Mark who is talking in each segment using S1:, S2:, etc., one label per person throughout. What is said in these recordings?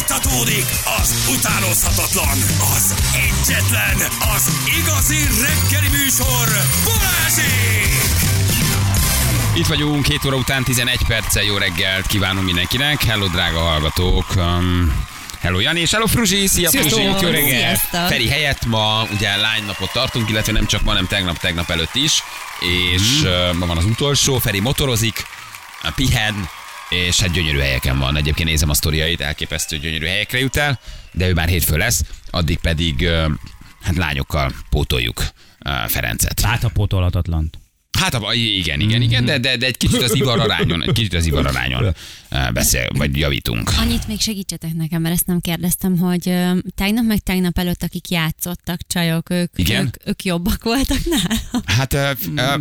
S1: Folytatódik az utánozhatatlan, az egyetlen, az igazi reggeli műsor, Balázsék!
S2: Itt vagyunk, 7 óra után 11 perccel jó reggelt kívánom mindenkinek. Hello, drága hallgatók. Um, hello, Jani, és hello, Fruzsi. Szia,
S3: Sziasztok.
S2: Fruzsi. Jó reggelt.
S3: Sziasztok.
S2: Feri helyett ma ugye lánynapot tartunk, illetve nem csak ma, hanem tegnap, tegnap előtt is.
S3: Mhm.
S2: És mm. ma van az utolsó, Feri motorozik, pihen, és hát gyönyörű helyeken van. Egyébként nézem a sztoriait, elképesztő gyönyörű helyekre jut el, de ő már hétfő lesz, addig pedig öm, hát lányokkal pótoljuk ö, Ferencet.
S4: Hát a pótolhatatlan.
S2: Hát a- igen, igen, igen, de, de, de egy kicsit az ivararányon, egy kicsit az ivararányon eh, beszél, vagy javítunk.
S3: Annyit még segítsetek nekem, mert ezt nem kérdeztem, hogy ö, tegnap meg tegnap előtt, akik játszottak, csajok, ők,
S2: Igen?
S3: ők, ők jobbak voltak nálam.
S2: Hát eh, eh,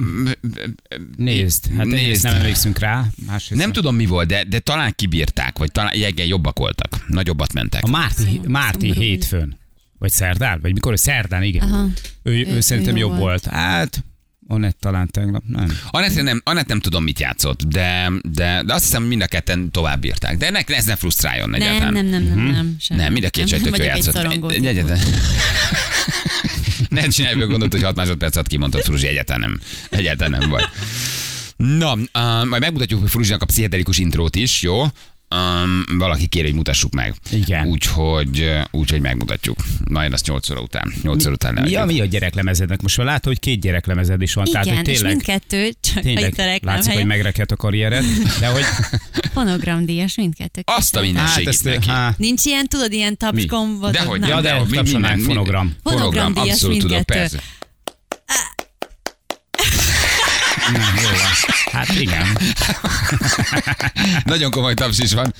S4: Nézd, hát
S2: Nézd.
S4: Nézd. nem emlékszünk rá. Másrészt
S2: eh, nem tudom mi volt, de, de talán kibírták, vagy talán igen, jobbak voltak, nagyobbat mentek.
S4: A Márti,
S3: Szomorú-
S4: Márti
S3: szomorú.
S4: hétfőn. Vagy szerdán? Vagy mikor? Szerdán, igen.
S3: Aha.
S4: Ő, ő,
S3: ő
S4: szerintem
S3: jó
S4: jobb
S3: volt.
S4: volt. Hát, Onett talán tegnap, nem.
S2: Anett nem, Anett nem tudom, mit játszott, de, de, de azt hiszem, mind a ketten tovább bírták. De nek, ez ne frusztráljon
S3: Nem,
S2: egyáltalán. Mhm.
S3: nem, nem, nem, nem. Sem.
S2: Nem, mind a két
S3: Nem
S2: sejtök jól
S3: vagyok egy
S2: játszott.
S3: szorongó.
S2: Egy- Egyetlen. Ne csinálj meg gondolt, hogy 6 másodperc alatt kimondtad, Fruzsi, egyáltalán nem, egyáltalán nem vagy. Na, uh, majd megmutatjuk Fruzsinak a pszichedelikus intrót is, jó? Um, valaki kér, hogy mutassuk meg.
S4: Igen.
S2: Úgyhogy, ö, úgyhogy megmutatjuk. Majd azt 8 óra után. 8 óra után
S4: Mi a,
S2: leadjuk.
S4: mi a gyereklemezednek? Most már látom, hogy két gyereklemezed is van. tehát,
S3: Igen,
S4: hogy
S3: és
S4: tényleg,
S3: mindkettő, csak
S4: tényleg
S3: itt a reklám
S4: látszik, hogy
S3: helyen.
S4: megrekedt a karriered, de hogy
S3: Fonogramdíjas mindkettő.
S2: Azt a minden
S4: hát
S2: segít
S4: ezt,
S2: neki.
S4: há,
S3: Nincs ilyen, tudod, ilyen tapsgomb, vagy
S2: Dehogy,
S3: nem.
S4: Ja, de
S2: dehogy,
S4: tapsolnánk, fonogram.
S2: Fonogram,
S3: Fonogramdíjas
S2: abszolút tudom,
S3: mindkettő.
S2: persze.
S4: nem, jó van. Hát igen.
S2: Nagyon komoly taps is van.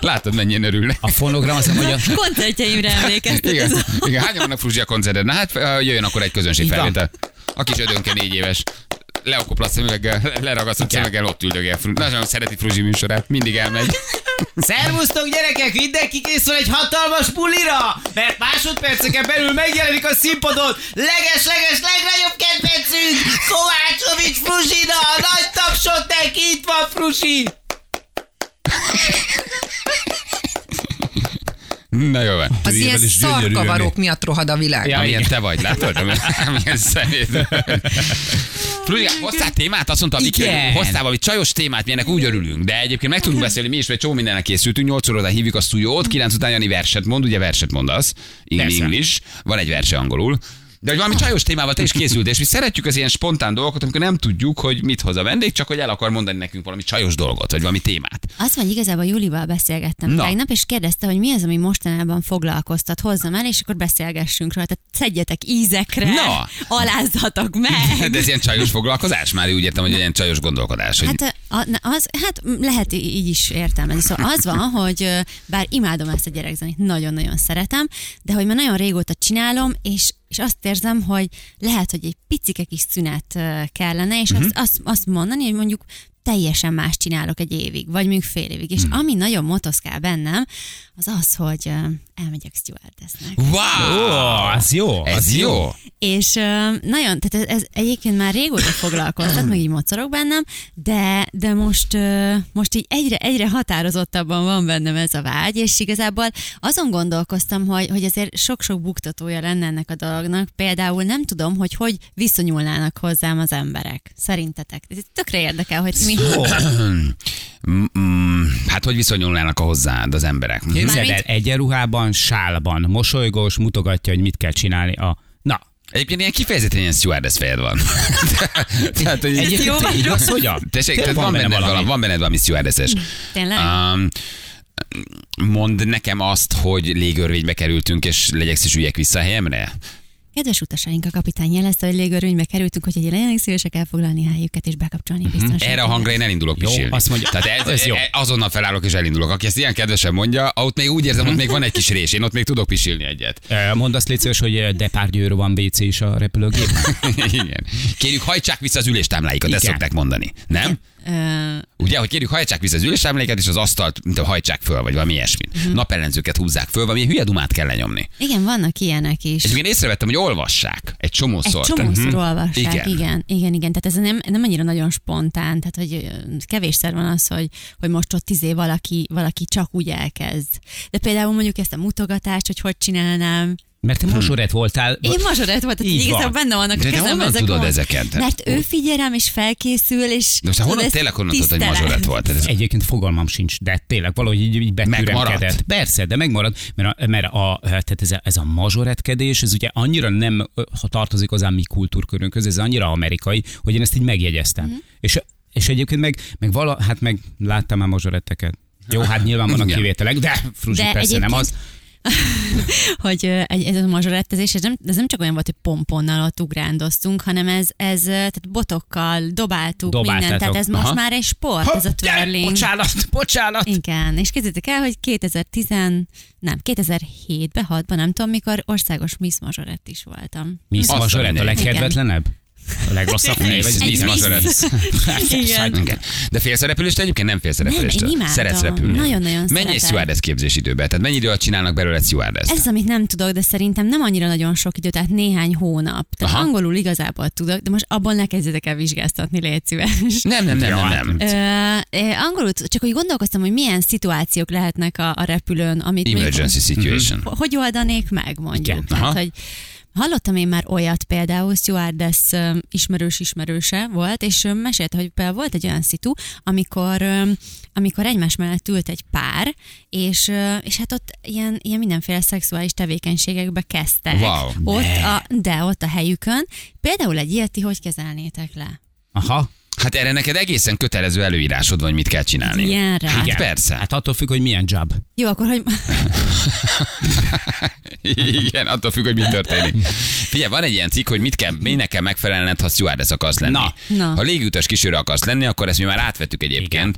S2: Látod, mennyien örülnek.
S4: A fonogram azt mondja,
S3: Na, Koncertjeimre emlékeztet ez
S2: Igen,
S3: a...
S2: igen. hányan vannak Fruzsi a koncerten? Na hát ö, jöjjön akkor egy közönség
S4: Így van.
S2: felvétel. A kis ödönke négy éves. Leokoplat szemüveggel, le- leragasztott szemüveggel ott üldögél. Fru- Nagyon szereti Fruzsi műsorát, mindig elmegy.
S5: Szervusztok gyerekek, mindenki készül egy hatalmas bulira, mert másodperceken belül megjelenik a színpadon leges-leges legnagyobb kedvencünk, Kovácsovics Fruzsina, a nagy tapsot neki, itt van Frusi!
S2: Na jó van.
S6: Az ilyen
S4: Tüdőjével is gyönyörű
S6: szarkavarok miatt rohad a világ.
S2: Ja, amilyen te vagy, látod? Amilyen szemét. Fruzsi, hoztál témát? Azt mondta, Viki,
S4: Igen.
S2: hogy hoztál valami csajos témát, mi ennek úgy örülünk. De egyébként meg tudunk beszélni, mi is, mert csomó mindenre készültünk. 8 óra után hívjuk a szújót, 9 után Jani verset mond, ugye verset mondasz.
S4: Persze.
S2: English, van egy verse angolul. De hogy valami csajos témával te is készült, és mi szeretjük az ilyen spontán dolgokat, amikor nem tudjuk, hogy mit hoz a vendég, csak hogy el akar mondani nekünk valami csajos dolgot, vagy valami témát.
S3: Az van, igazából Julival beszélgettem
S2: Na.
S3: Na. tegnap, és kérdezte, hogy mi az, ami mostanában foglalkoztat, hozzam el, és akkor beszélgessünk róla. Tehát szedjetek ízekre,
S2: Na.
S3: alázzatok meg.
S2: De ez ilyen csajos foglalkozás? Már úgy értem, hogy ilyen csajos gondolkodás. Hogy...
S3: Hát, ö, a, na, az, hát m, lehet í- így is értelmezni. Szóval az van, hogy ö, bár imádom ezt a gyerekzenét, nagyon-nagyon szeretem, de hogy már nagyon régóta csinálom, és és azt érzem, hogy lehet, hogy egy picike kis szünet ö, kellene, és uh-huh. azt, azt, azt mondani, hogy mondjuk teljesen más csinálok egy évig, vagy mondjuk fél évig. És ami nagyon motoszkál bennem, az az, hogy ö, elmegyek stewardessnek.
S2: Wow!
S4: ó, az jó.
S2: Ez,
S4: az
S2: jó.
S3: És ö, nagyon, tehát ez, ez egyébként már régóta foglalkoztat, meg így mocorog bennem, de, de most, ö, most így egyre, egyre határozottabban van bennem ez a vágy, és igazából azon gondolkoztam, hogy, hogy azért sok-sok buktatója lenne ennek a dolognak, például nem tudom, hogy hogy viszonyulnának hozzám az emberek, szerintetek. Ez tökre érdekel, hogy mi...
S2: Mm, mm, hát hogy viszonyulnának a hozzád az emberek?
S4: Képzeld el,
S3: Mármint-
S4: egyenruhában, sálban, mosolygós, mutogatja, hogy mit kell csinálni. A... Na,
S2: Egyébként ilyen kifejezetten ilyen stewardess fejed van. Tehát, hogy
S4: egyébként
S3: jó vagy
S4: igaz, hogy a?
S2: Tessék,
S4: Tényleg
S2: tehát van, benned
S4: valami.
S2: valami, van benned valami stewardesses.
S3: Tényleg?
S2: Um, mondd nekem azt, hogy légörvénybe kerültünk, és legyek szíves üljek vissza a helyemre?
S3: Kedves utasaink, a kapitány jelezte, hogy légörvénybe kerültünk, hogy egy legyenek szívesek elfoglalni a helyüket és bekapcsolni a biztonságot.
S2: Mhm. Erre a hangra én elindulok
S4: Jó,
S2: pisilni.
S4: azt mondja-
S2: Tehát ez, e-
S4: ez jó.
S2: azonnal felállok és elindulok. Aki ezt ilyen kedvesen mondja, ah, ott még úgy érzem, ott még van egy kis rés, én ott még tudok pisilni egyet.
S4: Ö, Mondd azt légy szíves, hogy Depárgyőről van WC is a repülőgép.
S2: Igen. Kérjük, hajtsák vissza az üléstámláikat, ezt
S4: Igen.
S2: szokták mondani. Nem?
S3: Ö,
S2: Ugye, hogy kérjük, hajtsák vissza az ülésemléket, és az asztalt mint a hajtsák föl, vagy valami ilyesmit. Mm-hmm. Napellenzőket húzzák föl, valami hülye dumát kell lenyomni.
S3: igen, vannak ilyenek is.
S2: És még én észrevettem, hogy olvassák egy
S3: Egy
S2: csomószor.
S3: csomószor
S2: Mhm.
S3: olvassák,
S2: Igen.
S3: igen. igen, igen, igen. Tehát ez nem, nem annyira nagyon spontán, tehát hogy ö, kevésszer van az, hogy, hogy most ott izé valaki, valaki csak úgy elkezd. De például mondjuk ezt a mutogatást, hogy hogy csinálnám.
S4: Mert
S5: Hm.
S4: te mosoret voltál.
S3: Én mazsoret volt, tehát
S4: Így
S3: így igazából
S4: van.
S3: benne vannak a
S2: De te
S3: kezemben
S2: honnan
S3: ezek
S2: tudod
S3: a-
S2: ezeket?
S3: Mert ő figyel rám és felkészül, és...
S2: De most te honnan,
S3: tudod, ezt
S2: tényleg honnan tudod, hogy
S3: tisztelem.
S2: mazsoret volt? Tehát Ez
S4: Egyébként fogalmam sincs, de tényleg valahogy így, így
S2: Megmaradt.
S4: betűremkedett. Persze, de megmarad, mert, a, mert a, tehát ez, a, ez a mazsoretkedés, ez ugye annyira nem, ö, ha tartozik hozzá mi kultúrkörünkhöz, ez annyira amerikai, hogy én ezt így megjegyeztem.
S3: Mhm.
S4: Mm. És, és egyébként meg, meg vala, hát meg láttam már mazsoretteket. Jó, hát nyilván vannak
S2: Igen.
S4: kivételek, de Fruzsi,
S3: De
S4: persze nem az.
S3: hogy ö, egy- ez a mazsorettezés, ez nem, ez nem csak olyan volt, hogy pomponnal ott ugrándoztunk, hanem ez, ez ö, tehát botokkal dobáltuk
S4: Dobáltátok.
S3: mindent, tehát ez most
S4: Aha.
S3: már egy sport, ez a
S4: Hopp, gyere,
S3: twirling.
S4: Bocsánat, bocsánat.
S3: Igen, és képzeljétek el, hogy 2010, nem, 2007-ben, 6-ban, nem tudom mikor, országos Miss Mazsorett is voltam.
S4: Miss
S2: Azt a
S4: Mazsorett a
S2: mindenit.
S4: legkedvetlenebb? A legrosszabb név, vagy
S2: Miss-
S4: ez
S2: Miss
S4: Miss
S2: Mazsorett.
S3: Igen.
S2: Igen. De félsz a repülést egyébként? Nem félsz a
S3: Nem,
S2: repülést.
S3: én imádom.
S2: Szeretsz repülni.
S3: Nagyon-nagyon
S2: Mennyi egy
S3: szeretem.
S2: stewardess képzés időben? Tehát mennyi idő alatt csinálnak belőle stewardess?
S3: Ez az, amit nem tudok, de szerintem nem annyira nagyon sok idő, tehát néhány hónap. Tehát
S2: Aha.
S3: angolul igazából tudok, de most abban ne kezdjetek el vizsgáztatni, légy szíves.
S2: Nem, nem, nem, nem, nem.
S3: Ö, ö, angolul, t- csak úgy gondolkoztam, hogy milyen szituációk lehetnek a, a repülőn, amit mondjuk-
S2: Emergency situation.
S3: Ho- hogy oldanék meg, mondjuk.
S4: Igen,
S3: Igen,
S2: aha.
S3: Tehát, hogy Hallottam én már olyat például, stewardess öm, ismerős ismerőse volt, és öm, mesélte, hogy például volt egy olyan szitu, amikor, öm, amikor egymás mellett ült egy pár, és, ö, és hát ott ilyen, ilyen mindenféle szexuális tevékenységekbe kezdtek.
S2: Wow,
S3: ott a, de ott a helyükön. Például egy ilyet ti hogy kezelnétek le?
S4: Aha.
S2: Hát erre neked egészen kötelező előírásod van, hogy mit kell csinálni.
S3: Ilyenre.
S2: Hát
S4: Igen.
S2: persze.
S4: Hát attól függ, hogy milyen job.
S3: Jó, akkor hogy...
S2: Igen, attól függ, hogy mi történik. Figyelj, van egy ilyen cikk, hogy mit kell, minek kell megfelelned, ha stewardess akarsz lenni.
S4: Na.
S3: Na.
S2: Ha légiutas kísérő akarsz lenni, akkor ezt mi már átvettük egyébként.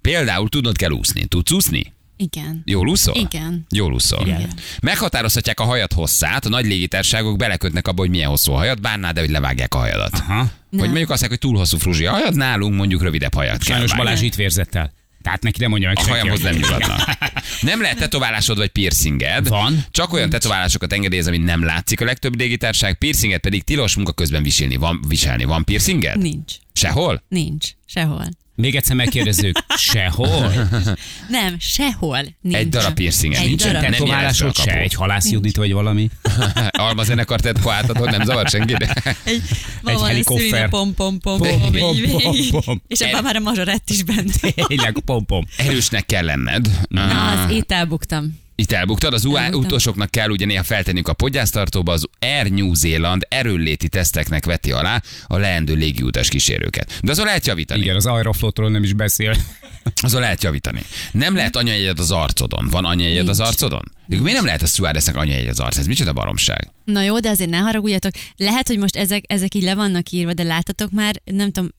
S2: Például tudnod kell úszni. Tudsz úszni?
S3: Igen.
S2: Jól úszol?
S3: Igen.
S2: Jól úszol.
S3: Igen.
S2: Meghatározhatják a hajad hosszát, a nagy légitárságok belekötnek abba, hogy milyen hosszú a hajad, bánná, de hogy levágják a hajadat.
S4: Aha.
S2: Hogy mondjuk azt mondják, hogy túl hosszú fruzsi a hajad, nálunk mondjuk rövidebb hajat kell
S4: Sajnos
S2: vágni.
S4: Balázs itt vérzett el. Tehát neki nem mondja meg
S2: A
S4: senki,
S2: hajamhoz
S4: hogy-
S2: nem nyugodnak. Nem lehet tetoválásod vagy piercinged.
S4: Van.
S2: Csak olyan tetoválásokat engedélyez, ami nem látszik a legtöbb légitárság. Piercinget pedig tilos munka közben viselni. Van, viselni. Van piercinged?
S3: Nincs.
S2: Sehol?
S3: Nincs. Sehol.
S4: Még egyszer megkérdezzük, sehol?
S3: Nem, sehol nincs.
S2: Egy darab piercinged
S3: Egy
S2: nincsen.
S3: darab.
S2: Nem
S4: Tetoválásod
S2: jelez fel a
S4: se,
S2: kapu.
S4: egy halász Judit vagy valami.
S2: Almazenekar tetkó átadod, nem zavar senkit.
S3: egy, ma van
S4: Egy
S3: a
S4: helikopter.
S3: szülina, Pom, pom, pom, pom,
S2: Pom,
S3: pom,
S2: pom,
S3: így
S4: pom,
S3: végig.
S4: pom.
S3: És abban már a mazsorett is benne.
S4: Tényleg, pom-pom.
S2: Erősnek kell lenned.
S3: Na, az itt elbuktam.
S2: Itt elbuktad, az UA
S3: Elbuktam.
S2: utolsóknak kell ugye néha feltenniük a podgyásztartóba, az Air New Zealand erőlléti teszteknek veti alá a leendő légiutas kísérőket. De azon lehet javítani.
S4: Igen, az Aeroflotról nem is beszél.
S2: Azon lehet javítani. Nem lehet anyajegyed az arcodon. Van anyajegyed
S3: Nincs.
S2: az arcodon? Nincs. Miért nem lehet a stewardessnek anyajegyed az arcodon? Ez micsoda baromság?
S3: Na jó, de azért ne haragudjatok. Lehet, hogy most ezek, ezek így le vannak írva, de láttatok már, nem tudom,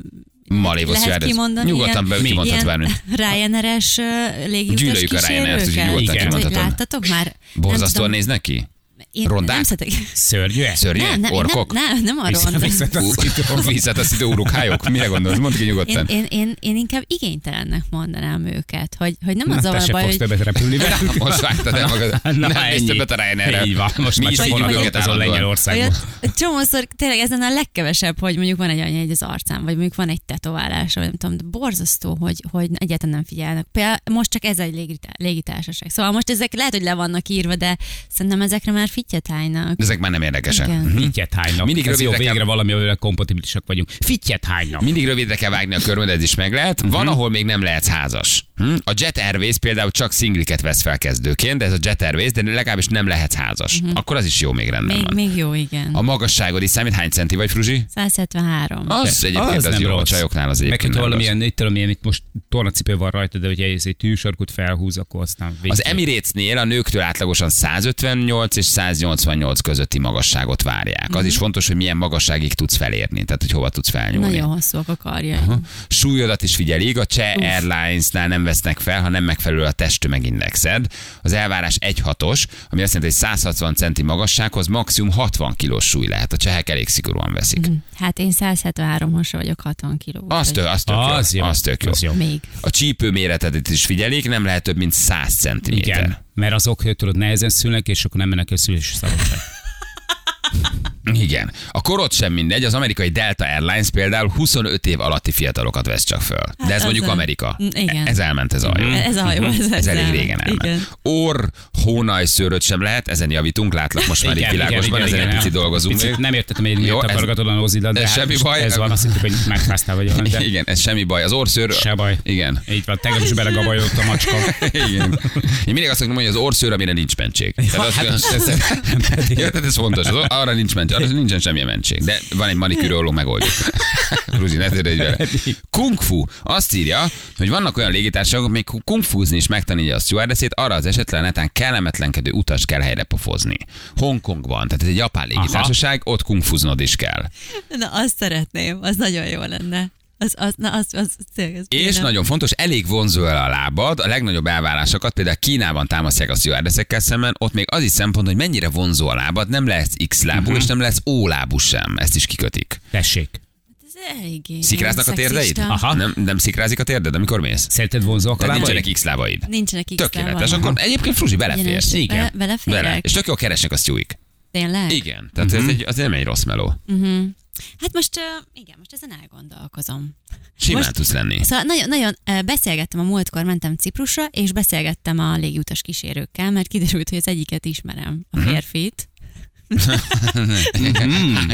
S2: Ma lévő
S3: Lehet
S2: stewardess.
S3: kimondani
S2: Nyugodtan
S3: ilyen-
S2: be,
S4: Mi?
S2: kimondhatsz
S3: ilyen
S2: bármit.
S3: Ryanair-es ö, légiutas
S2: Gyűlöljük a Ryanair-t, úgyhogy
S3: kísérőket.
S2: nyugodtan
S3: Tehát, hogy
S2: kimondhatod.
S3: Láttatok már? Nem
S2: Borzasztóan
S3: tudom,
S2: néz neki?
S3: én
S2: rondák?
S3: Nem, szeretek-
S4: Szörnyű ez?
S2: Szörnyű?
S3: nem, nem,
S2: Orkok?
S3: nem, nem, nem arról.
S4: Viszont- viszont a szitó.
S2: Visszataszító urukályok? Mire gondolsz? Mondd ki
S3: Én,
S2: nyugodtan.
S3: én, én, én, inkább igénytelennek mondanám őket, hogy, hogy nem az
S4: Na, te
S3: zavar
S4: se
S3: baj,
S4: fogsz
S3: hogy
S4: többet repülni
S2: Na,
S4: velük.
S2: most vágtad el magad.
S4: Na,
S2: Nem
S4: ennyi.
S2: mész többet a Ryanair-re.
S4: Így van, most
S2: Mi
S4: már
S2: is
S4: csak
S2: fogjuk
S4: forradalom
S2: őket
S4: azon
S2: állandóan.
S4: Lengyelországban.
S3: Olyat, csomószor tényleg ezen a legkevesebb, hogy mondjuk van egy anya egy az arcán, vagy mondjuk van egy tetoválás, vagy nem tudom, de borzasztó, hogy, hogy egyáltalán nem figyelnek. Például most csak ez egy légitá- légitársaság. Szóval most ezek lehet, hogy le vannak írva, de szerintem ezekre már fittyetálnak.
S2: De Ezek már nem érdekesek.
S3: Igen.
S4: Fittyet
S2: Mindig
S4: hánynak. Mindig Ez jó,
S2: rövidre kell-
S4: végre valami, amivel kompatibilisek vagyunk. Fittyet hánynak.
S2: Mindig rövidre kell vágni a körmöd, ez is meg lehet. Van, ahol még nem lehetsz házas. Hm? A Jet Airways például csak szingliket vesz fel kezdőként, de ez a Jet Airways, de legalábbis nem lehetsz házas. Akkor az is jó, még rendben
S3: Még,
S2: van.
S3: még jó, igen.
S2: A Ah, magasságod is számít, hány centi vagy, Fruzsi?
S3: 173.
S2: Az egyébként az,
S4: nem
S2: jó, a
S4: rossz.
S2: csajoknál az
S4: Meg
S2: egyébként
S4: hogyha
S2: nem rossz.
S4: valamilyen, itt tudom, ilyen, itt most tornacipő van rajta, de hogyha ez egy tűsarkút felhúz, akkor aztán végig.
S2: Az Emiratesnél a nőktől átlagosan 158 és 188 közötti magasságot várják. Az is fontos, hogy milyen magasságig tudsz felérni, tehát hogy hova tudsz felnyúlni.
S3: Nagyon hosszúak a karjai.
S2: Súlyodat is figyelik, a Cseh Airlines-nál nem vesznek fel, ha nem megfelelő a testtömegindexed. Az elvárás 1,6-os, ami azt jelenti, hogy 160 centi magassághoz maximum 60 kilós súly lehet. A csehek elég szigorúan veszik.
S3: Hát én 173 hasa vagyok, 60 kiló.
S2: Az, tök, az, tök
S4: Az
S2: jó.
S4: jó.
S2: az tök jó.
S4: Az jó.
S3: Még.
S2: A csípő méretedet is figyelik, nem lehet több, mint 100 centiméter.
S4: Igen, mert azok, hogy tudod, nehezen szülnek, és akkor nem mennek el szülési szabadság.
S2: Igen. A korod sem mindegy, az amerikai Delta Airlines például 25 év alatti fiatalokat vesz csak föl. De ez
S3: az
S2: mondjuk
S3: a-
S2: Amerika.
S3: Mm, igen.
S2: Ez elment ez a
S4: Mm.
S2: hajó.
S3: Ez a hajó, ez,
S2: Hmm. Ez elég
S3: elment.
S2: régen
S3: Igen.
S2: elment. Orr, hónajszőröt sem lehet, ezen javítunk, látlak most már itt világosban, ezen egy picit dolgozunk.
S4: Picit
S2: még.
S4: nem értettem, hogy
S2: Jó,
S4: miért
S2: ez-
S4: akargatod a nozidat, de
S2: ez
S4: hát
S2: semmi
S4: most
S2: baj.
S4: Ez van, azt hittük, hogy megfáztál vagy valami, de
S2: Igen, ez semmi baj. Az orszőr...
S4: se baj.
S2: Igen.
S4: Így van, tegnap is belegabajodott a macska.
S2: Igen. Én mindig azt szoktam mondani, hogy az orszőr, amire nincs mentség. Tehát,
S4: hát
S2: az, ez, ja, tehát ez fontos. Az, arra nincs mentség, arra nincsen semmilyen mentség. De van egy manikűróló, megoldjuk. Ruzsi, ne törődj vele. Kung fu. Azt írja, hogy vannak olyan légitársaságok, amik kung fuzni is megtanítja a stewardessét, arra az esetlen netán kellemetlenkedő utas kell helyre pofozni. Hongkongban, tehát ez egy japán légitársaság, ott kung fuznod is kell.
S3: Na, azt szeretném, az nagyon jó lenne. Az, az, na, az, az, tényleg, ez
S2: És
S3: bírom.
S2: nagyon fontos, elég vonzó el a lábad, a legnagyobb elvárásokat például Kínában támasztják a stewardessekkel szemben, ott még az is szempont, hogy mennyire vonzó a lábad, nem lesz X lábú, uh-huh. és nem lesz O lábú sem, ezt is kikötik.
S4: Tessék.
S3: Ez eléggé.
S2: Szikráznak a térdeid?
S3: szexista.
S4: Aha.
S2: Nem, nem szikrázik a térded, amikor mész?
S4: Szerinted vonzóak a
S2: Tehát
S4: lábaid?
S2: nincsenek X lábaid.
S3: Nincsenek x
S2: Tökéletes, akkor egyébként Fruzsi beleférsz.
S4: Egyenes.
S3: Igen.
S4: Igen.
S3: Beleférek?
S2: Bele.
S3: Bele.
S2: És tök jól keresnek a sztyúik.
S3: Tényleg?
S2: Igen, tehát ez, egy, az nem egy rossz meló.
S3: Hát most, ö, igen, most ezen elgondolkozom.
S2: Simán
S3: Most-
S2: tudsz lenni.
S3: Szóval nagyon, nagyon ö, beszélgettem a múltkor, mentem Ciprusra, és beszélgettem a légiutas kísérőkkel, mert kiderült, hogy az egyiket ismerem, a
S2: Mhm.
S3: férfit.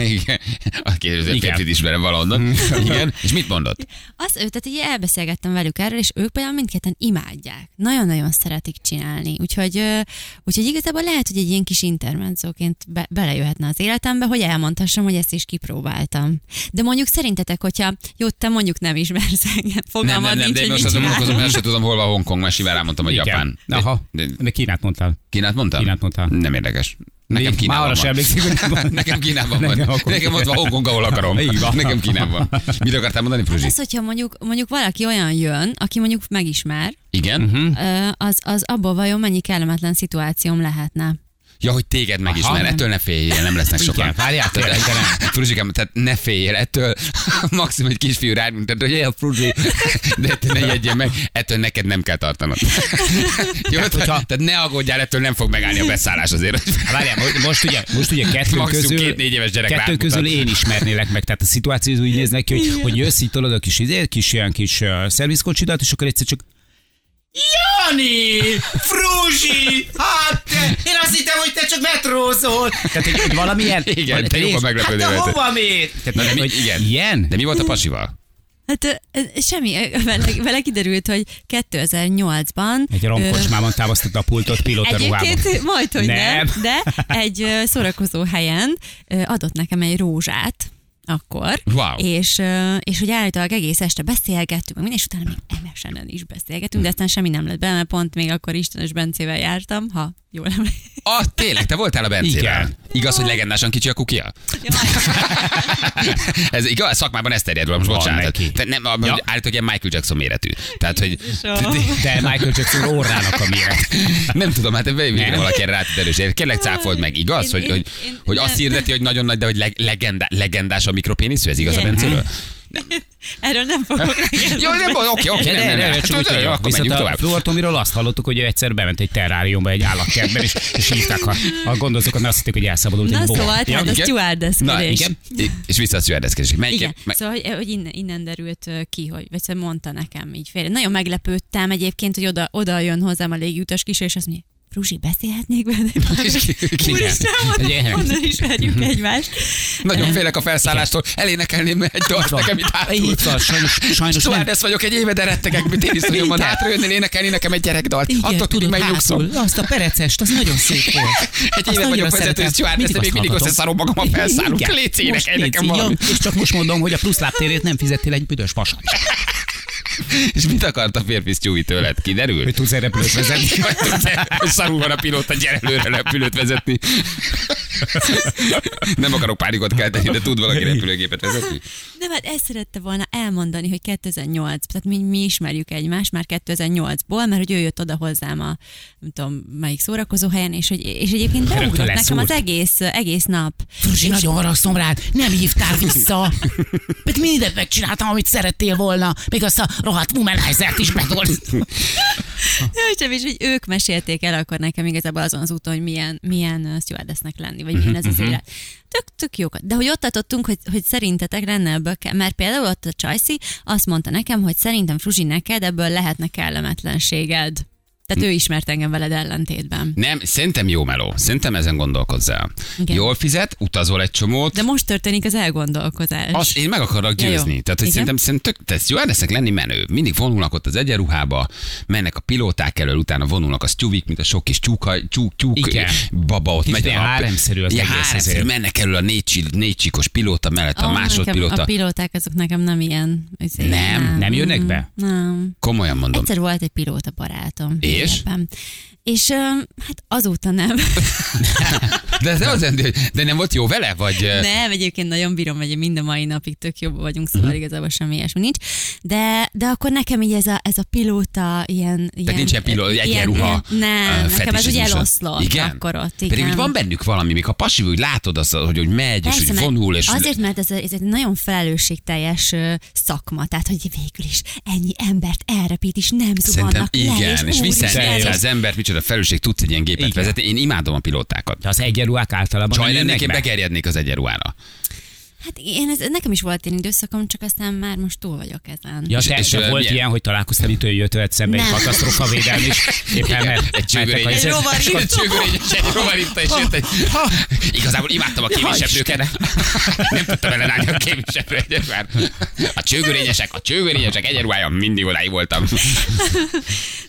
S2: Igen. A férfit is vele valahonnan. Igen. És mit mondott?
S3: Az ő, tehát így elbeszélgettem velük erről, és ők például mindketten imádják. Nagyon-nagyon szeretik csinálni. Úgyhogy, ö, úgyhogy igazából lehet, hogy egy ilyen kis intermenzóként be, belejöhetne az életembe, hogy elmondhassam, hogy ezt is kipróbáltam. De mondjuk szerintetek, hogyha jó, te mondjuk nem ismersz engem,
S2: Nem, nem,
S3: fogalmad
S2: nem,
S3: nincs,
S2: de én
S3: hogy
S2: most
S3: mit
S2: azon gondolkozom,
S3: csinálok.
S2: mert sem tudom, hol van Hongkong, mert simán rámondtam, hogy
S4: Igen.
S2: Japán.
S4: Aha,
S2: De- de-
S4: de Kínát mondtál.
S2: Kínát mondtam?
S4: Kínát mondtál.
S2: Nem érdekes. Nekem
S4: Még- Már
S2: Kínában
S4: arra sem
S2: van.
S4: emlékszik, hogy nem van.
S2: Nekem Kínában van.
S4: Nekem akkor-
S2: Nekem ott van Hongkong, ahol akarom.
S4: Így van.
S2: Nekem Kínában. Mit akartál mondani, Fruzsi?
S3: Az, hogyha mondjuk, mondjuk valaki olyan jön, aki mondjuk megismer,
S4: Mhm.
S2: Igen?
S3: ö, az, az abból vajon mennyi kellemetlen szituációm lehetne.
S2: Ja, hogy téged megismer,
S4: Aha.
S2: ettől ne féljél, nem lesznek sokan.
S4: Igen, várjál,
S2: Tehát-
S4: tényleg, de
S2: Fruzsikám, tehát ne féljél, ettől maximum egy kisfiú rád, mint hogy ilyen Fruzsi, de te ne jegyél meg, ettől neked nem kell tartanod. Jó, tehát, tehát ne aggódjál, ettől nem fog megállni a beszállás azért.
S4: Hát Várjál, mo- most ugye, most ugye kettő
S2: Maximum
S4: közül,
S2: két-négy éves gyerek
S4: kettő
S2: rámutat.
S4: közül én ismernélek meg. Tehát a szituáció úgy néz neki, hogy, hogy jössz itt tolod a kis, izé, kis ilyen kis uh, szervizkocsidat, és akkor egyszer csak
S5: Jani! Fruzsi! Hát te! Én azt hittem, hogy te csak metrózol!
S4: tehát egy, egy valamilyen...
S2: Igen,
S4: val-
S2: te jobban
S4: és-
S5: Hát
S2: meglepődő
S5: te
S2: rajta.
S5: hova még?
S4: Tehát,
S2: Na, de mi-
S4: hogy
S2: igen.
S4: Ilyen?
S2: De mi volt a pasival?
S3: Hát ö, ö, semmi, ö, vele, vele kiderült, hogy 2008-ban...
S4: Egy romkocsmában támasztotta a pultot pilóta ruhában.
S3: Egyébként majd, hogy nem.
S4: Nem.
S3: nem, de egy ö, szórakozó helyen ö, adott nekem egy rózsát, akkor,
S2: Wow.
S3: és, ö, és hogy állítólag egész este beszélgettünk, meg minden, és utána még MSN-en is beszélgettünk, de aztán semmi nem lett bele, mert pont még akkor Istenes Bencével jártam, ha jól emlékszem.
S2: Ah, tényleg, te voltál a Bencével.
S4: Igen.
S2: Igaz, hogy legendásan kicsi a kukia? ez igaz, szakmában ez terjed, most
S4: Van
S2: bocsánat.
S4: neki.
S2: Te nem, ja.
S4: Ja.
S2: állítólag ilyen Michael Jackson méretű. Tehát, hogy
S4: De Michael Jackson orrának a méret.
S2: nem tudom, hát végre
S4: Nem.
S2: valaki erre rá tud erősíteni. Kérlek, cáfold meg, igaz?
S3: Én-
S2: hogy,
S3: én-
S2: hogy,
S3: én-
S2: hogy azt
S3: nem.
S2: hirdeti, hogy nagyon nagy, de hogy leg, legenda, legendás a mikropéniszű, ez igaz a
S3: Igen.
S2: Bencéről?
S3: Erről nem fogok neked
S2: Jó, nem, baj, oké, oké,
S4: De,
S2: nem,
S4: de,
S2: nem,
S4: de,
S2: nem.
S4: csak úgy
S2: Tudod,
S4: vagyok.
S2: Akkor
S4: Viszont
S2: menjünk
S4: a
S2: tovább.
S4: Flor Tomiról azt hallottuk, hogy ő egyszer bement egy terráriumba, egy állatkertben, és, és hívták a, a gondozókat, mert azt hitték, hogy elszabadult
S3: Na
S4: egy boha.
S3: szóval, tehát a
S2: igen. Na,
S3: stewardeszkedés.
S2: igen. És vissza a szüverdeszkedésig.
S3: Igen,
S2: Melyik, me-
S3: szóval, hogy, hogy innen, innen derült ö, ki, hogy vagy szóval mondta nekem így félre. Nagyon meglepődtem egyébként, hogy oda, oda jön hozzám a légiutas kis, és azt mondja, Ruzsi, beszélhetnék veled? Úristen, mondom,
S4: Igen.
S3: honnan ismerjük egymást.
S2: Nagyon félek a felszállástól, elénekelném egy dalt
S4: van.
S2: nekem itt hátul.
S4: Így van, hát, sajnos, sajnos nem.
S2: Stewardess vagyok egy éve, de rettegek, mint én iszonyomban
S4: Igen.
S2: hátra jönnél énekelni nekem egy gyerekdalt.
S4: Igen,
S2: Attól tudod,
S4: tudod,
S2: megnyugszom.
S4: hátul, Azt a perecest, az nagyon szép volt.
S2: Egy éve vagyok vezető stewardess, de még mindig összeszarom magam a felszállunk. Légy szénekelj nekem valamit.
S4: És csak most mondom, hogy a plusz lábtérét nem fizettél egy büdös vasat.
S2: És mit akart a férfi Stewie tőled? Kiderül?
S4: Hogy tudsz egy repülőt vezetni?
S2: Vagy tudsz-e? Szarul van a pilóta, gyere előre repülőt vezetni. Nem akarok pánikot kelteni, de tud valaki repülőgépet vezetni?
S3: Nem, hát ezt szerette volna elmondani, hogy 2008, tehát mi, mi ismerjük egymást már 2008-ból, mert hogy ő jött oda hozzám a, nem tudom, melyik szórakozó helyen, és, hogy, és egyébként beugrott nekem
S4: leszúrt.
S3: az egész, egész nap.
S6: Fruzsi, nagyon haragszom rád, nem hívtál vissza. Mert mindent megcsináltam, amit szerettél volna, még azt a rohadt womanizert is megoldottam.
S3: Sem is, hogy ők mesélték el akkor nekem igazából azon az úton, hogy milyen, milyen ö, stewardessnek lenni,
S2: Mhm,
S3: vagy milyen ez az élet. Tök, tök jókat. De hogy ott tartottunk, hogy, hogy szerintetek lenne ebből kell, mert például ott a Csajci azt mondta nekem, hogy szerintem Fruzsi neked ebből lehetne kellemetlenséged.
S2: Mhm.
S3: Tehát ő ismert engem veled ellentétben.
S2: Nem, szerintem jó meló. Szerintem ezen gondolkozzál.
S3: Igen.
S2: Jól fizet, utazol egy csomót.
S3: De most történik az elgondolkozás.
S2: Azt én meg akarok
S3: Ja, jó.
S2: győzni. Tehát, hogy
S3: Igen.
S2: szerintem, szerintem tök, tesz, jó lesznek lenni menő. Mindig vonulnak ott az egyenruhába, mennek a pilóták elől, utána vonulnak a tyúvik, mint a sok kis tyúka, tyúk, tyúk,
S4: Igen.
S2: baba ott
S4: Kicsit
S2: megy.
S4: ilyen háremszerű az
S2: ja, hát,
S4: egész
S2: háremszerű,
S4: azért.
S2: mennek elől a négy, csi- négy csíkos pilóta mellett, a
S3: Ó,
S2: másodpilóta.
S3: nekem A pilóták azok nekem nem ilyen. izé,
S2: Nem,
S4: nem jönnek be?
S3: Nem.
S2: Komolyan mondom.
S3: Egyszer volt egy pilóta barátom.
S2: És?
S3: Éppen. És ö, hát azóta nem.
S2: De, ez nem az, de nem volt jó vele, vagy... eh,
S3: nem, egyébként nagyon bírom, hogy mind a mai napig tök jobb vagyunk, szóval
S2: Mhm.
S3: igazából semmi ilyesmi nincs. De, de akkor nekem így ez a, ez a pilóta ilyen... ilyen
S2: nincsen piló- egy ilyen ruha, ö,
S3: Nem, nekem ez
S2: fetisizmus
S3: ugye
S2: az.
S3: eloszlott
S2: Igen?
S3: akkor ott. Igen.
S2: Pedig úgy van bennük valami, még ha passiv, úgy látod azt, hogy, hogy megy, és hogy
S3: mert
S2: vonul, és
S3: Azért, mert ez, ez egy nagyon felelősségteljes ö, szakma, tehát hogy végül is ennyi embert elrepít, és nem
S2: Szerintem
S3: zuhannak le,
S2: igen, és
S3: úristen,
S2: visszaengedsz
S3: és-
S2: az embert, micsoda felelősség tudsz egy ilyen gépet
S4: Igen.
S2: vezetni. Én imádom a pilótákat.
S4: De az egyenruhák általában
S2: Csaj
S4: nem
S2: lennék,
S4: jönnek
S2: én
S4: be.
S2: begerjednék az egyenruhára.
S3: Hát én, ez, nekem is volt ilyen időszakom, csak aztán már most túl vagyok ezen.
S4: Ja,
S2: És-
S4: te,
S2: és,
S4: te
S2: ö,
S4: volt
S2: milyen?
S4: ilyen, hogy találkoztam itt, hogy jött veled szembe egy
S3: Nem.
S4: katasztrófa védelmi, és éppen mert,
S2: Egy csőgörény.
S4: mentek a-
S2: Egy csőgörény, és egy rovarita, és jött egy... Igazából imádtam a kémiseprőket. Nem tudtam ellenállni a kémiseprő egyenruhát. A csőgörényesek, a csőgörényesek egyenruhája mindig odáig voltam.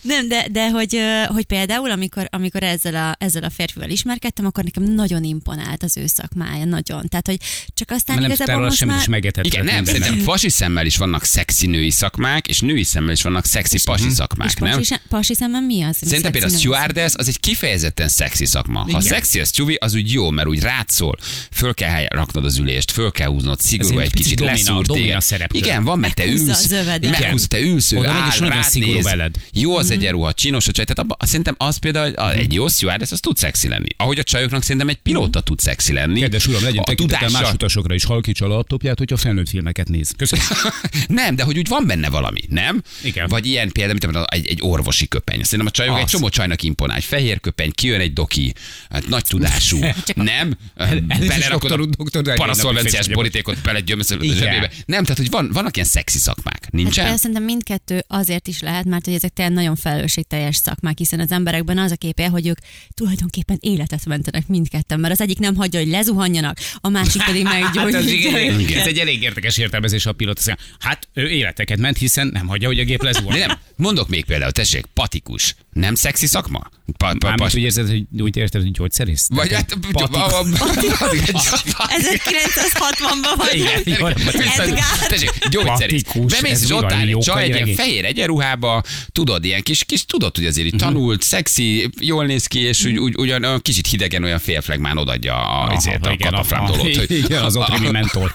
S3: Nem, de, de hogy, ö, hogy például, amikor, amikor ezzel, a, ezzel a férfival ismerkedtem, akkor nekem nagyon imponált az ő szakmája, nagyon. Tehát, hogy csak aztán
S4: Mert nem tudtál
S3: igazából
S4: róla
S3: most
S4: semmit is
S3: már...
S4: megetetni.
S2: Igen, nem, szerintem fasi szemmel is vannak szexi női szakmák, és női szemmel is vannak szexi pasi szakmák,
S3: És
S2: nem?
S3: pasi, pasi szemben mi az? ami
S2: Szerintem például a
S3: szexi nő?
S2: stewardess az egy kifejezetten szexi szakma. Ha szexi a stewie, az úgy jó, mert úgy rátszol, föl kell hely- raknod az ülést, föl kell húznod, szigorú
S4: Ez egy
S2: egy
S4: picit
S2: kicsit
S4: domina-
S2: leszúrt
S4: domina
S2: téged.
S4: szerepkör.
S2: Igen, van, mert te
S3: Meghúzza
S2: ülsz,
S3: az övedet.
S2: meghúz, te ülsz, ő
S4: Oda megy,
S2: áll,
S4: és nagyon
S2: rád
S4: szigorú
S2: néz.
S4: veled.
S2: Jó
S3: Mhm.
S2: az egyenruha, csinos a csaj, tehát abba, szerintem az például hogy a- egy jó stewardess, az tud szexi lenni. Ahogy a csajoknak szerintem egy pilóta tud szexi lenni.
S4: Kedves uram, legyen
S2: a
S4: tekintettel
S2: tudással-
S4: más utasokra is, halkítsa a laptopját, hogyha felnőtt filmeket néz. Köszönöm.
S2: nem, de hogy úgy van benne valami, nem?
S4: Igen.
S2: Vagy ilyen például, mint tudom, egy, egy orvosi köpeny. Szerintem a csajok
S4: Az.
S2: egy csomó csajnak imponál. Egy fehér köpeny, kijön egy doki, hát nagy tudású, nem? Ehm,
S4: is
S2: Belerakod
S4: doktor- doktor
S2: a
S4: Daniel
S2: paraszolvenciás
S4: napig
S2: borítékot, belegyömöszölöd a
S4: Igen.
S2: zsebébe. Nem, tehát hogy van, vannak ilyen szexi szakmák,
S3: Hát
S2: nincsen?
S3: például szerintem mindkettő azért is lehet, mert hogy ezek tényleg nagyon felelősségteljes szakmák, hiszen az emberekben az a képe, hogy ők tulajdonképpen életet mentenek mindketten, mert az egyik nem hagyja, hogy lezuhanjanak, a másik pedig
S4: Hát ez,
S3: meggyógyítja.
S4: igen,
S3: őket.
S4: ez egy elég érdekes értelmezés a pilóta. számára. Hát ő életeket ment, hiszen nem hagyja, hogy a gép lezuhan.
S2: De nem, mondok még például, tessék, patikus. Nem szexi szakma? Pa, pa, pa,
S4: Mármint úgy érzed, hogy úgy érted, hogy gyógyszerész?
S2: vagy
S4: Tehát
S2: hát...
S4: egy patika.
S3: 1960-ban vagy.
S4: Igen, jó,
S2: Viszont-
S3: Edgár.
S2: Tessék, gyógyszerész.
S4: Patikus,
S2: Bemész,
S4: ez
S2: és
S4: mi
S2: ott
S4: van,
S2: áll egy
S4: jó
S2: csaj egy ilyen
S4: kagyaregény?
S2: fehér egyenruhába, tudod, ilyen kis, kis tudod, hogy azért így
S4: Mhm.
S2: tanult, szexi, jól néz ki, és úgy, úgy ugyan olyan kicsit hidegen olyan félflegmán odadja a,
S4: Aha,
S2: azért, a
S4: igen,
S2: katafrámdolót,
S4: a- igen, az ottani mentor.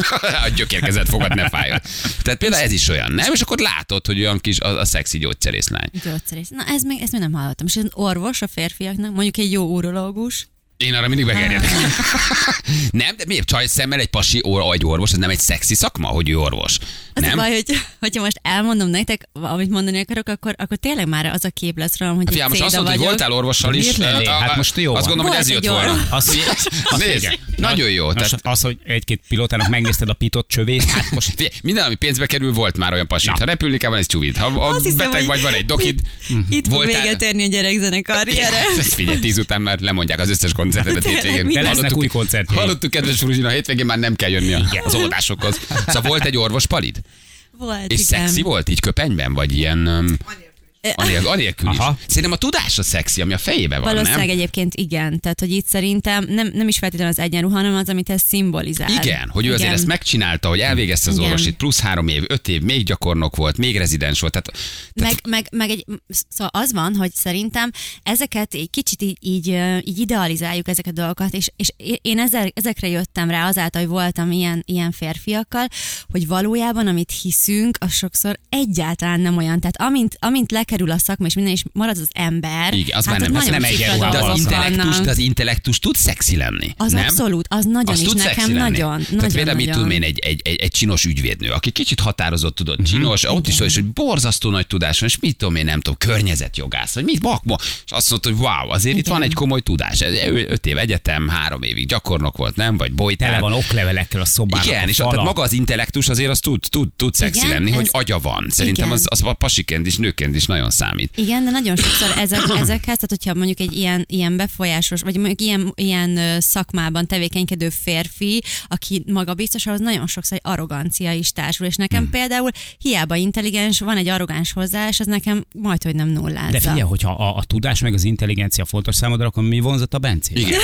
S2: a gyökérkezet fogad, ne fájjon. Tehát például ez is olyan, nem? És akkor látod, hogy olyan kis a, a szexi gyógyszerészlány.
S3: Gyógyszerész. Na, ez még, ezt még nem hallottam. És az orvos a férfiaknak, mondjuk egy jó urológus.
S2: Én arra mindig begerjedek. nem, de miért csaj szemmel egy pasi or, egy orvos, ez nem egy szexi szakma, hogy ő orvos.
S3: Az
S2: nem?
S3: a baj, hogy, hogyha most elmondom nektek, amit mondani akarok, akkor, akkor tényleg már az a kép lesz rólam, hogy
S2: Fiam,
S3: egy
S2: Hát most azt
S3: céda
S2: mondtad, hogy
S3: vagyok.
S2: voltál orvossal
S4: De
S2: is.
S4: miért lennél?
S2: A- a-
S4: Hát most jó
S2: Azt
S4: van.
S2: gondolom, hogy
S3: Volt
S2: ez jött
S3: egy orvos.
S2: volna.
S4: Azt, azt
S2: Nézd,
S4: igen.
S2: nagyon jó,
S4: Most
S2: tehát-
S4: Az, hogy egy-két pilótának megnézted a pitot csövét, hát most
S2: Most figyelj, minden, ami pénzbe kerül, volt már olyan pasit. Ha repülni kell, van egy csúvid. Ha a
S3: Azt hiszem,
S2: beteg
S3: hogy-
S2: vagy, van egy dokid.
S3: Itt fog
S2: Voltál-
S3: véget érni a gyerekzene karriere.
S2: Ez figyelj, tíz után már lemondják az összes koncertet a
S3: Tényleg,
S2: hétvégén.
S3: minden.
S4: De lesznek új koncertjeink.
S2: Hallottuk, kedves Fruzsina, a hétvégén már nem kell jönni a- az oldásokhoz. Szóval volt egy orvos palid?
S3: Volt,
S2: És
S3: igen.
S2: szexi volt, így köpenyben, vagy ilyen... öm, um, Anélkül, anélkül is.
S4: Aha.
S2: Szerintem a tudás a szexi, ami a fejében van,
S3: Valószínűleg
S2: nem?
S3: egyébként igen. Tehát, hogy itt szerintem nem, nem is feltétlenül az egyenruha, hanem az, amit ez szimbolizál.
S2: Igen, hogy ő azért
S3: Igen.
S2: ezt megcsinálta, hogy elvégezte az
S3: Igen.
S2: orvosit, plusz három év, öt év, még gyakornok volt, még rezidens volt. Tehát, tehát
S3: Meg, meg, meg egy, szóval az van, hogy szerintem ezeket egy kicsit így, így, ö, így idealizáljuk ezeket a dolgokat, és, és én ezzel, ezekre jöttem rá azáltal, hogy voltam ilyen, ilyen férfiakkal, hogy valójában, amit hiszünk, az sokszor egyáltalán nem olyan. Tehát amint, amint lekerül a szakma, és minden, és marad az ember,
S2: igen, az
S3: hát
S2: már nem,
S3: ott
S2: az
S3: nagyon
S2: nem
S3: kicsi
S2: egyenruha. De
S3: dolgok
S2: az intellektus,
S3: vannak.
S2: de az intellektus tud szexi lenni.
S3: Az
S2: nem?
S3: abszolút, az nagyon
S2: az
S3: is,
S2: tud
S3: nekem
S2: szexi lenni.
S3: nagyon.
S2: Tehát például, mit
S3: nagyon,
S2: tudom én,
S3: nagyon.
S2: egy, egy, egy, egy csinos ügyvédnő, aki kicsit határozott, tudod, csinos, ott is olyan, hogy borzasztó nagy tudás van, és mit tudom én, nem tudom, környezetjogász, vagy mit, bakma, és azt mondta, hogy wow, azért itt
S3: Igen.
S2: van egy komoly tudás. Ez- ő Öt év egyetem, három évig gyakornok volt, nem? Vagy bolytár.
S4: Tele van oklevelekkel a szobában.
S2: Igen, és
S4: a
S2: tehát
S4: fala.
S2: maga az intellektus azért az tud, tud, tud szexi
S3: Igen,
S2: lenni, hogy
S3: ez-
S2: agya van. Szerintem
S3: Igen.
S2: az, az a pasiként is, nőként is nagyon számít.
S3: Igen, de nagyon sokszor ezek, ezekhez, tehát hogyha mondjuk egy ilyen, ilyen befolyásos, vagy mondjuk ilyen, ilyen ö, szakmában tevékenykedő férfi, aki magabiztos, ahhoz nagyon sokszor egy arrogancia is társul, és nekem
S2: Hm.
S3: hmm. például hiába intelligens, van egy arrogáns hozzáállás, az nekem majd, hogy nem nullázza.
S4: De figyelj, hogyha a, a tudás meg az intelligencia fontos számodra, akkor mi vonzott a Bencét?
S2: Igen.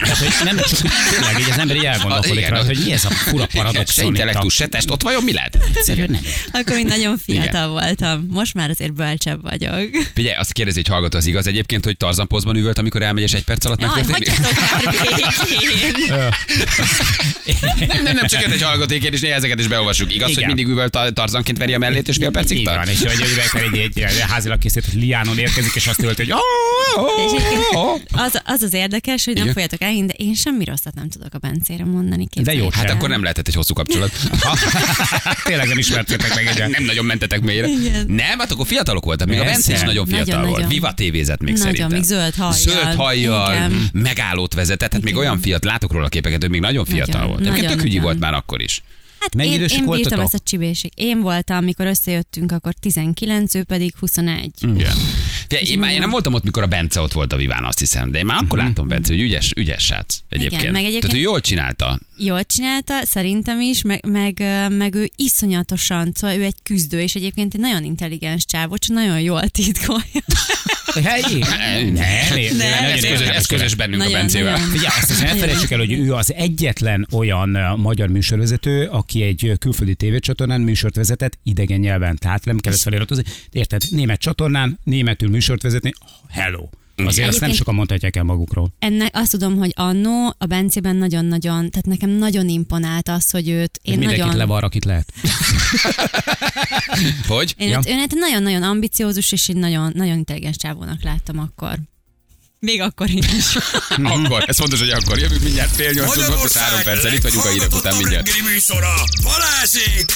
S4: Tehát, hogy nem csak tényleg, így az ember így
S2: A-
S4: elgondolkodik
S2: igen,
S4: rá,
S2: az-
S4: hogy mi ez a fura
S2: Igen,
S4: paradoxon.
S2: Se
S4: itt a-
S2: intellektus, se test, ott vajon mi lehet?
S4: Egyszerűen nem.
S3: Akkor én nagyon fiatal voltam. Most már azért bölcsebb vagyok.
S2: Figyelj, azt kérdezi, hogy hallgató az igaz egyébként, hogy Tarzan pozban üvölt, amikor elmegy és egy perc alatt
S3: Aj,
S2: megtörténik?
S3: hagyjatok már békén!
S2: Nem, nem, nem, csak jött egy hallgató kérdés, néha ezeket is beolvasjuk. Igaz, hogy
S4: Igen.
S2: mindig üvölt a Tarzanként veri a mellét, és mi a percig
S4: Így van,
S2: tart?
S4: és hogy egy üvegkel egy, egy, egy házilag készített liánon érkezik, és azt ölt, hogy "Ah,
S3: És egyébként az, az az érdekes, hogy nem
S2: Igen.
S3: fogjátok elhinni, de én semmi rosszat nem tudok a Bencére mondani. képzeljétek
S2: Hát
S3: el.
S2: akkor nem lehetett egy hosszú kapcsolat.
S4: tényleg nem ismertétek meg egyet.
S2: nem nagyon mentetek mélyre.
S3: Igen.
S2: Nem, hát akkor fiatalok voltak, még a
S4: Persze.
S2: Bence is nagyon fiatal
S3: Nagyon,
S2: volt.
S3: nagyon.
S2: Viva tévézett még
S3: Nagyon,
S2: szerintem.
S3: még zöld hajjal.
S2: Zöld hajjal, Hm.
S3: Igen.
S2: megállót vezetett, hát még
S3: Igen.
S2: olyan fiatal, látok róla a képeket, ő még nagyon fiatal
S3: Nagyon,
S2: volt. Egyébként
S3: nagyon,
S2: tök hügyi
S3: nagyon.
S2: volt már akkor is.
S3: Hát
S4: Mennyi
S3: én,
S4: idősek
S3: én bírtam
S4: voltatok?
S3: ezt a csibésig. Én voltam, amikor összejöttünk, akkor 19, ő pedig 21. Mm.
S2: Igen. De én, már, én nem voltam ott, mikor a Bence ott volt a Viván, azt hiszem, de én már akkor láttam Bence, hogy ügyes, ügyes srác egyébként.
S3: meg egyébként-
S2: Tehát ő jól csinálta.
S3: Jól csinálta, szerintem is, meg, meg, ö, meg ő iszonyatosan, szóval ő egy küzdő, és egyébként egy nagyon intelligens csávó, csak nagyon jól
S2: Hm.
S3: titkolja.
S4: Helyi? Nem, nem,
S3: Nem,
S2: Ez
S4: nem,
S2: közös,
S4: nem.
S2: ez közös bennünk a
S3: Nagyon,
S2: Bencével.
S3: nagyon.
S4: Figyelj, azt is elfelejtsük el, hogy ő az egyetlen olyan ö, magyar műsorvezető, aki egy ö, külföldi tévécsatornán műsort vezetett idegen nyelven. Tehát nem kellett feliratozni. Érted? Német csatornán, németül műsort vezetni. Hello. Azért azt nem
S3: Egyébként-
S4: sokan mondhatják el magukról.
S3: Ennek azt tudom, hogy annó a Bencében nagyon-nagyon, tehát nekem nagyon imponált az, hogy őt, én
S4: Én mindenkit
S3: nagyon...
S4: nagyon... levar, akit lehet.
S2: Hogy?
S3: Én
S4: Ja.
S3: ja. őt nagyon-nagyon ambiciózus, és egy nagyon, nagyon intelligens csávónak láttam akkor. Még akkor is.
S2: Akkor, ez fontos, hogy akkor jövünk mindjárt fél nyolc, most
S1: Magyarország
S2: három percen, itt vagyunk a hírek után
S1: leghallgatottabb
S2: mindjárt.
S1: reggeli műsora, Balázsék